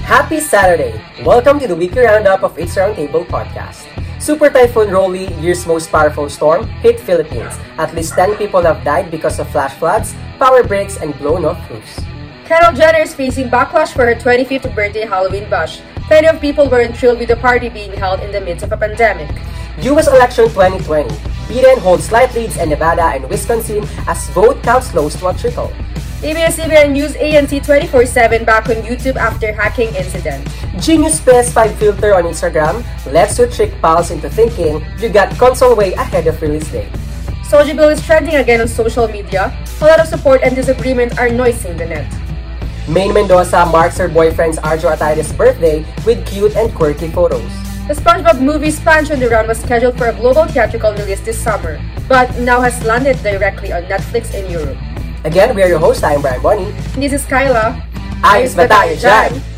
Happy Saturday! Welcome to the weekly roundup of its Roundtable podcast. Super Typhoon Rolly, year's most powerful storm, hit Philippines. At least 10 people have died because of flash floods, power breaks, and blown off roofs. Kendall Jenner is facing backlash for her 25th birthday Halloween bash. Plenty of people weren't thrilled with the party being held in the midst of a pandemic. U.S. Election 2020. Biden holds slight leads in Nevada and Wisconsin as vote count slows to a trickle. ABS-CBN News ANC 24-7 back on YouTube after hacking incident. Genius PS5 filter on Instagram lets you trick pals into thinking you got console way ahead of release day. Soji Bill is trending again on social media. A lot of support and disagreement are noising the net. Maine Mendoza marks her boyfriend's Arjo Ataide's birthday with cute and quirky photos. The SpongeBob movie Sponge on the Run was scheduled for a global theatrical release this summer, but now has landed directly on Netflix in Europe. Again, we are your host. I'm Brian Bonnie. This is Kyla. Ayos ba tayo dyan?